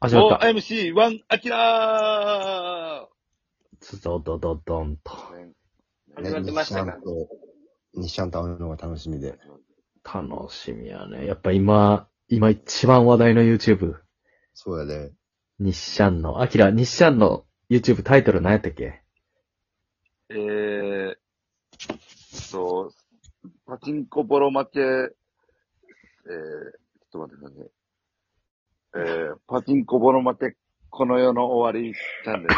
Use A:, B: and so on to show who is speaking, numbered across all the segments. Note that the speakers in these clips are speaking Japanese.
A: 始まった。
B: OMC1 アキラ
A: ドドドドンと。
B: ー始まってましたか
C: ね西ちゃんと会うのが楽しみで。
A: 楽しみやね。やっぱ今、今一番話題の YouTube。
C: そうやで。
A: 日シャンの、アキラ、日シャンの YouTube タイトル何やったっけ
B: えー、そう、パチンコボロ負け、えー、ちょっと待ってください。えー、パチンコボロ負け、この世の終わりチャンネル。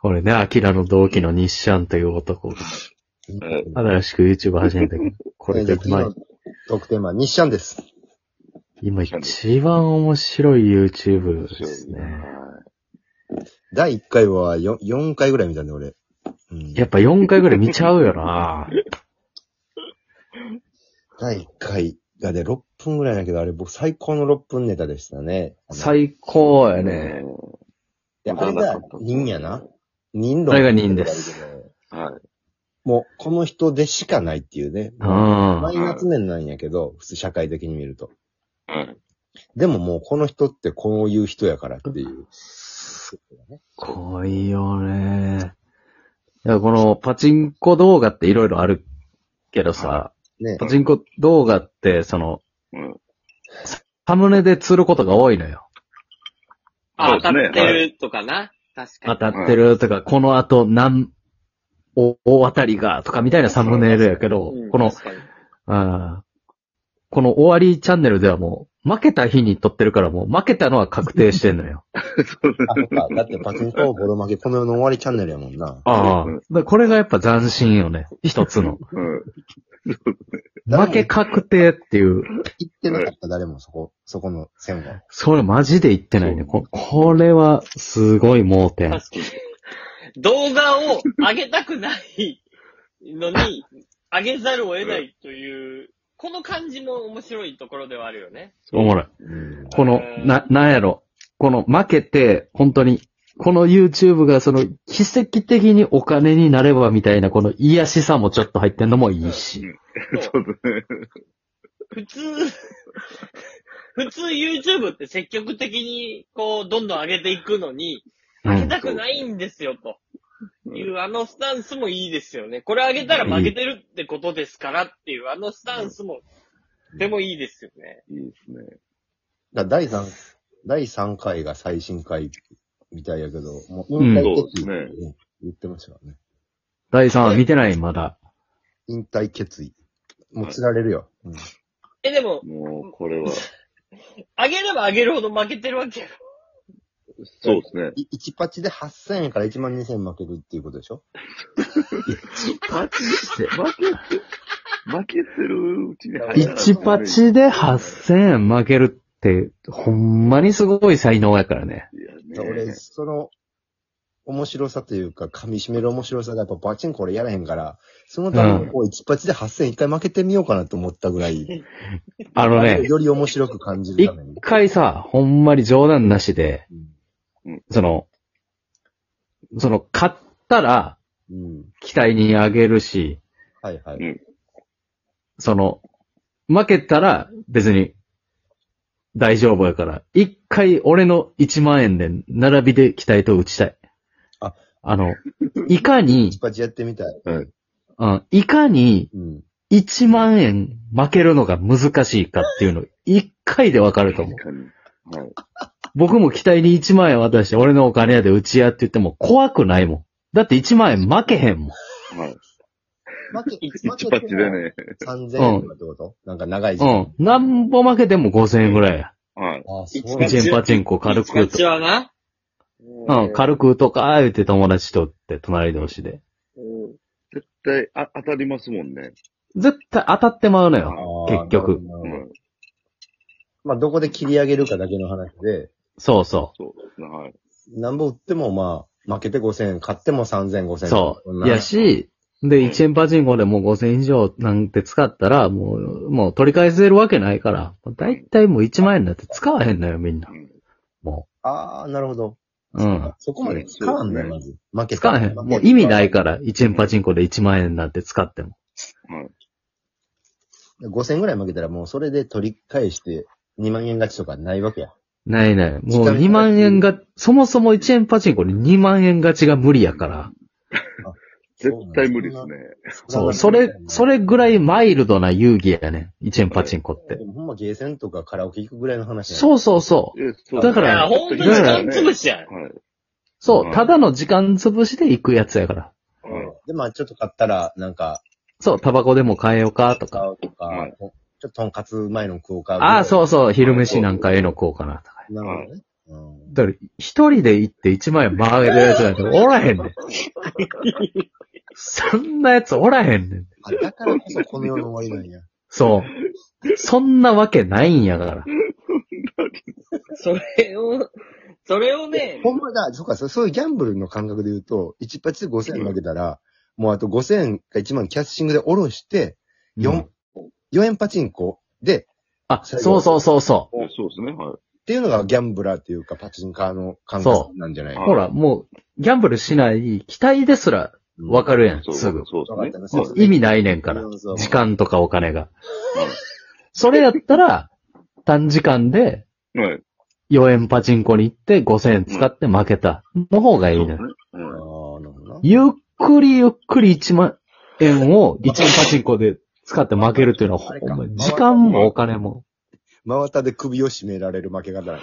A: これね、アキラの同期の日シャンという男が、新しく YouTube 始めたけど、これで
C: 昨日
A: 今
C: の、特典は西ちゃんです。
A: 今一番面白い YouTube ですね。
C: 第1回は 4, 4回ぐらい見たんで、俺。うん、
A: やっぱ4回ぐらい見ちゃうよな
C: 第1回がね、6分ぐらいだけど、あれ僕最高の6分ネタでしたね。
A: 最高や
B: はい
A: ね。。
C: で、あれが人やな。人論。
A: あれが人です。
B: はい。
C: もう、この人でしかないっていうね。
A: うん。
C: マイナス面なんやけど、普通社会的に見ると。
B: はい。
C: でももうこの人ってこういう人やからっていう。
A: 濃いよね。いや、このパチンコ動画っていろいろあるけどさ、
C: ね。
A: パチンコ動画って、その、
B: うん。
A: サムネで釣ることが多いのよ。
D: あ、
B: そ
D: 当
B: う
D: た
B: ですね
D: ってるとかな。確か
A: 当
D: に。
A: たってるとか、この後何、お大当たりが、とかみたいなサムネイルやけど
D: うん、
A: この、
D: 確かに
A: あーこの終わりチャンネルではもう、負けた日に撮ってるからもう、負けたのは確定してんのよ。
C: あ、そっか。だってパチンコボロ負け、この世の終わりチャンネルやもんな。
A: ああ。だからこれがやっぱ斬新よね。一つの。
B: うん。
A: 負け確定っていう。
C: 行ってなかった、誰もそこ、そこの線は。
A: それマジで言ってないね。ここれは、すごい盲点。
D: 確かに。動画を上げたくないのに、上げざるを得ないという、この感じも面白いところではあるよね。
A: おもろい。
C: うん。
A: この、な、なんやろ。この、負けて、本当に、この YouTube がその、奇跡的にお金になればみたいな、この癒しさもちょっと入ってんのもいいし。
D: そ
B: そううですね。
D: 普通、普通 YouTube って積極的に、こう、どんどん上げていくのに、
A: う
D: 上げ
A: ん。
D: たくないんですよ、と。いう、あのスタンスもいいですよね。これ上げたら負けてるってことですからっていう、あのスタンスも、でもいいですよね。
B: いいですね。
C: だ第3、第三回が最新回みたいやけど、もう引退決意ってね、
B: うん
C: 言ってましたからね。
A: 第3話見てない、まだ。
C: 引退決意。もう釣られるよ。うん
D: え、でも、
B: もう、これは。
D: 上げれば上げるほど負けてるわけよ。
B: そうですね。
C: い1パチで8000円から1万2000円負けるっていうことでしょ
B: パチして、負けて、負けてるうちに
A: 1パチで8000円負けるって、ほんまにすごい才能やからね。
B: いやね
C: だから俺、その、面白さというか、噛み締める面白さがやっぱパチンコ俺やらへんから、そのためにこう1パチで8000円一回負けてみようかなと思ったぐらい、
A: あのね、
C: より面白く感じる
A: 一
C: ために。
A: 回さ、ほんまに冗談なしで、その、その、買ったら、
C: うん。うん
A: 期待にあげるし、
C: はいはい。
A: その、負けたら、別に、大丈夫やから、一回俺の1万円で、並びで期待と打ちたい。
C: あ、
A: あの、いかに
C: チ、パチやってみたい。
A: うん、いかに
C: うん。
A: 1万円負けるのが難しいかっていうの、一回でわかると思う。
B: 確かに。はい。
A: 僕も期待に1万円渡して、俺のお金やで打ち合って言っても怖くないもん。だって1万円負けへんもん。
B: はい。
C: 負け、
B: 一パッチでね。
C: 3000円とかってこと、なんか長い時間。
A: うん。なんぼ負けても5000円ぐらいや。
B: はい。
C: あ、そう
D: 一
C: な
D: パ
C: ん
D: チ
C: だ
A: 1円パチンコ軽く打
D: うち
A: と。
D: はな。
A: うん、軽く打とうか、言って友達とって、隣同士で。
D: うん
B: 絶対、あ、当たりますもんね。
A: 絶対当たってまうの
C: あ
A: よ。
C: ー
A: 結局
C: なるほど
B: う
C: なるほ
B: ん。
C: どまあ、どこで切り上げるかだけの話で、
A: そうそ
B: そうですね。はい。
C: なんぼ売ってもまあ、負けて5000円、買っても3000、5000
A: う。
C: 円。
A: そう。いや
C: し、
A: し、で、1円パチンコでもう5000円以上なんて使ったら、もう、もう取り返せるわけないから、だいたいもう1万円なんて使わへんのよ、みんな
B: う。ん。
A: も
C: あー、なるほど。
A: う。うん。
C: そこまで使わんだよ、まず。負け
A: 使わへん。もう意味ないから、1円パチンコで1万円なんて使っても。
B: はい。
C: 5000円ぐらい負けたらもうそれで取り返して2万円勝ちとかないわけや。
A: ないない。もう
C: 時間
A: 2万円が、そもそも1円パチンコに2万円勝ちが無理やから。
B: 絶対無理ですね。
A: そう、それ、それぐらいマイルドな遊戯やねん。1円パチンコって
C: で。もほんまゲーセンとかカラオケ行くぐらいの話やん
A: そうそうそう。
B: えそう
A: だか
D: い
A: ら
D: や、
A: ほ
D: ほんと時間潰しやん。
B: はい。
A: そう、ただの時間潰しで行くやつやから。
B: はい
C: で、まあちょっと買ったら、なんか、
A: そう、タバコでも買えようかと
C: 買
A: か。
C: おうとか、
B: はい
C: ちょっととんかつうまいの食おうか。。
A: ああ、そううそう、昼飯なんかええのこうかなとか。
C: なるほどね。うん
A: だから、一人で行って一万円曲げてるやつなんておらへんねん。そんなやつおらへんねん。
C: あ、だからこそこの世の終わりなんや。
A: そう。そんなわけないんやから。
D: それを、それをね、
C: ほんまだ、そうか、そうそういうギャンブルの感覚で言うと、1発で5000円負けたら、もうあと5000円か1万キャッシングで下ろして、4、4円パチンコで、
A: あ、そうそうそうそ。
B: いやそうですね。はい。
C: っていうのがギャンブラーっていうかパチンカーの感覚なんじゃないう
B: そう
A: ほら、もう、ギャンブルしない期待ですらわかるやん、
B: そう
A: すぐ。
B: そうですね。
C: そう
B: はい
A: 意味ないねんから。
C: そうそう
A: 時間とかお金が。それやったら、短時間で
B: はい。
A: 4円パチンコに行って5000円使って負けたの方がいいねん。
B: う
C: あ
B: ん
C: ーなるほどな
A: ゆっくりゆっくり1万円を1円パチンコで使って負けるっていうのは、ほんま時間もお金も。
C: 真綿で首を絞められる負け方。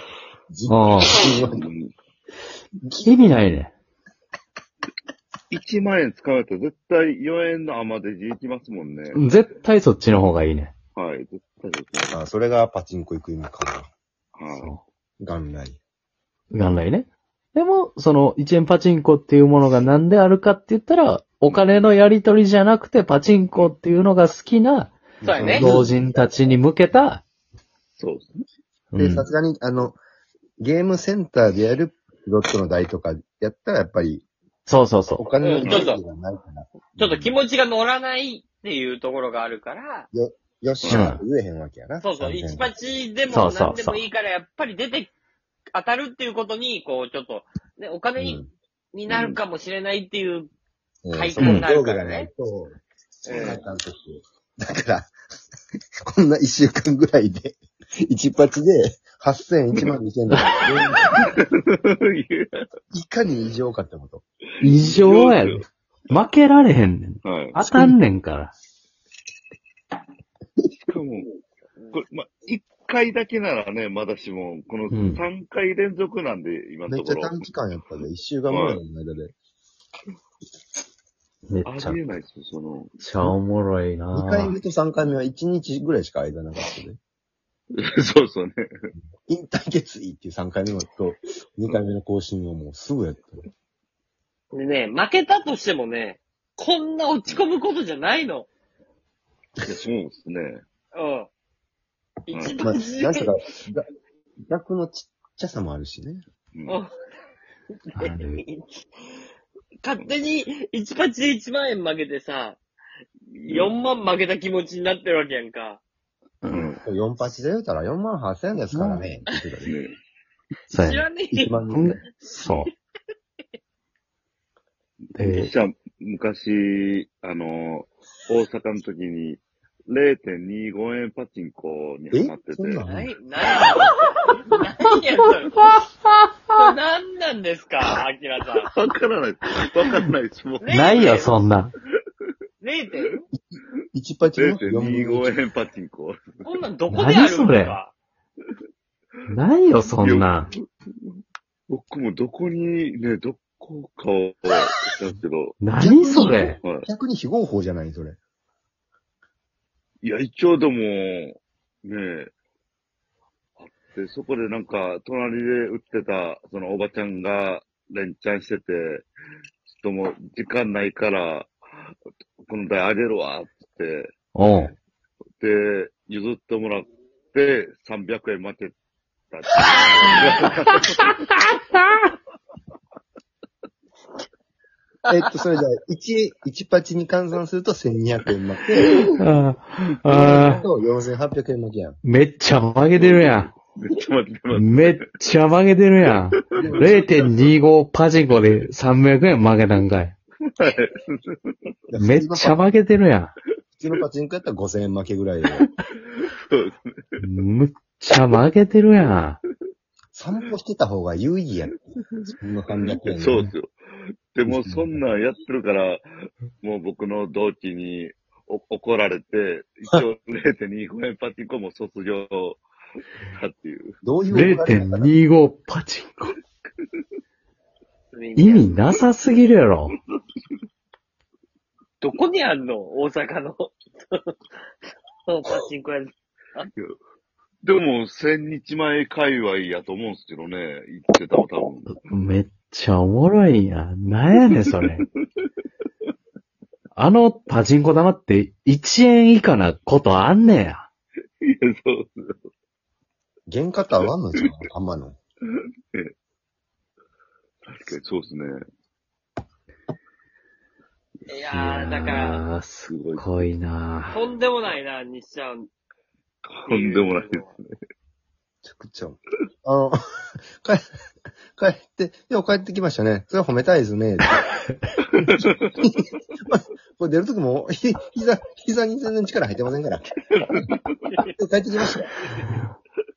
C: じ
A: うん
B: うん
A: 意味ないね。
B: 1万円使うと絶対4円の甘でじいきますもんね。
A: 絶対そっちの方がいいね。
B: はい。絶対ですね。
C: あそれがパチンコ行く意味か
B: はい。
C: な。元来。
A: 元来ね。でも、その、一円パチンコっていうものがなんであるかって言ったら、お金のやり取りじゃなくて、パチンコっていうのが好きな、
D: そうやね。
A: 老人たちに向けた、
B: そうですね。
A: う
C: で、
A: ん
C: さすがに、あの、ゲームセンターでやるロットの台とかやったらやっぱり
A: そうそう
C: お
A: そ
C: 金の
D: うん
C: 利益がないから。
D: ちょっと気持ちが乗らないっていうところがあるから、
C: よっしゃーって言えへんわけやな。
D: そうそう、
C: 3000
D: 1パチで
A: そ
D: も
A: うそうそう
D: 何でもいいから、やっぱり出て、当たるっていうことに、こう、ちょっと、ね、お金に,、になるかもしれないっていう、
C: うん
D: 買い
C: そう
A: に
D: なるか
C: 上
D: ら
C: 下がない
D: ね
C: と、
D: うん
C: なんかあの時だから、 こんな一週間ぐらいで、 一発で8000、1万2000 だから いかに異常かってこと。
A: う。異常やで。負けられへんねん。
B: はい。
A: 当たんねんから。
B: しかも、これ、ま、1回だけならね、まだしも、この
A: うん
B: 3回連続なんで、今の
C: めっ
B: と
C: ち
B: こ
C: ゃ
B: ろ。
C: 短期間やったで、一週間ぐらいの間で。
A: めっ
B: あ
A: ちゃ
B: りえないですよ、そ の。
A: めっちゃおもろいな
C: 2回目と3回目は1日ぐらいしか間なかったで。
B: そうそうね。
C: 引退決意っていう3回目のと、2回目の更新をもうすぐやった。
D: でね、負けたとしてもね、こんな落ち込むことじゃないの。
B: いやそうですね。
D: うん。一
C: まあ、
D: 番自
C: なん
D: 由
C: とか、だ逆のちっちゃさもあるしね。
B: うん
D: うん
A: ある
D: 勝手に1パチで1万円負けてさ、4万負けた気持ちになってるわけやんか。
B: うん。
C: 4パチで言うたら4万8000円ですからね。って言ってたで
B: ね
A: そうや
D: 知
A: ね
D: らねえ
C: 一
D: よ。
C: 番
A: ほんでそう。 で、
B: 実は昔、あの、大阪の時に、0.25円パチンコにハマって
C: えそんな
B: て、
D: ない、ない。何やそれ。これ何なんですか、アキラさん。
B: わからないです。わかんないです。もう、
A: ないよ、そんなん。
D: 0点
C: 1パチの4分の1
B: 0.25円パチンコ。
D: こんなんどこであるんですか
A: ないよ、そんなん。
B: 僕もどこに、ね、どこかを、だけど、
A: 何それ。
B: は
C: 逆に非合法じゃないそれ。
B: い。いや、一応でも、ねえ、あって、そこでなんか、隣で売ってた、そのおばちゃんが、連チャンしてて、ちょっともう、時間ないから、この台あげるわ、って
A: おう。
B: 言って、で、譲ってもらって、300円負けたって
C: えっと、それじゃあ、1、1パチに換算すると1200円負け。
A: ああ、
C: あ
A: ああ、
C: と4800円負けやん。
A: めっちゃ曲げてるや
B: めっちゃ負けてま
A: ん。めっちゃ曲げてるやん。0.25パチンコで300円曲げたんかい。
B: す。はい。
A: めっちゃ曲げてるや
C: 普通のパチンコやったら5000円負けぐらいで。
B: そう
A: むっちゃ負けてるや
C: 散歩してた方が有意義やん。そんな感じだったよね
B: そうですよ。でも、そんなんやってるから、もう僕の同期にお怒られて、一応0.25円パチンコも卒業だっていう。
C: どうい
A: ん。
C: う怒られ方だ
A: 0.25パチンコ。意味なさすぎるやろ。
D: どこにあんの大阪の。 そのパチンコ屋。
B: でも、千日前界隈やと思うんですけどね、言ってたの多分。
A: めっちゃおもろいやん。なんやねん、それ。あのパチンコ玉って1円以下なことあんねや。
B: いや、そう。
C: 原価と合わんのじゃん、あんまの。
B: 確かにそうですね。
D: いやー、だから、
A: ら、す
B: すごい。
A: ごいな
D: とんでもないな、西ちゃん。
B: とんでもないです。
C: めちゃくちゃ。あの、 帰、帰って、よう帰ってきましたね。それは褒めたいです ね。これ出るときも、ひ、膝、膝に全然力入ってませんから。帰ってきました。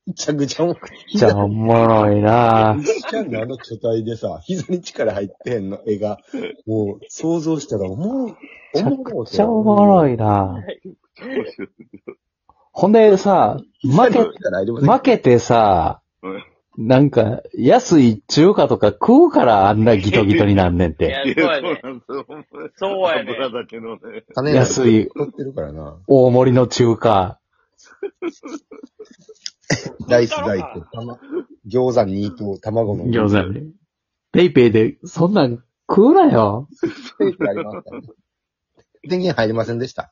C: めちゃくちゃもう、
A: じゃ
C: 膝
A: あ、おもろいな
C: スキャンのあの巨体でさ、膝に力入ってんの絵が、もう想像したらおもろい、おもろい。
A: めっちゃおもろ
C: い。
A: いなほんでさ、負 け、負
C: 負
A: けてさ
B: うん、
A: なんか、安い中華とか食うからあんなギトギトになんねん
D: い
A: て。
D: や、
B: い
D: そう
B: や、
D: や
B: そう
D: ね。
B: なんですよ。
D: そう やね
B: 油だけのね。
C: 金が
A: 安い
C: 取ってるからな。
A: 大盛りの中華。
C: ライス大と、たま、餃子2と卵の
A: 餃子に。ペイペイで、そんなん食うなよ。
C: 子。ありましたね電源入りませんでした。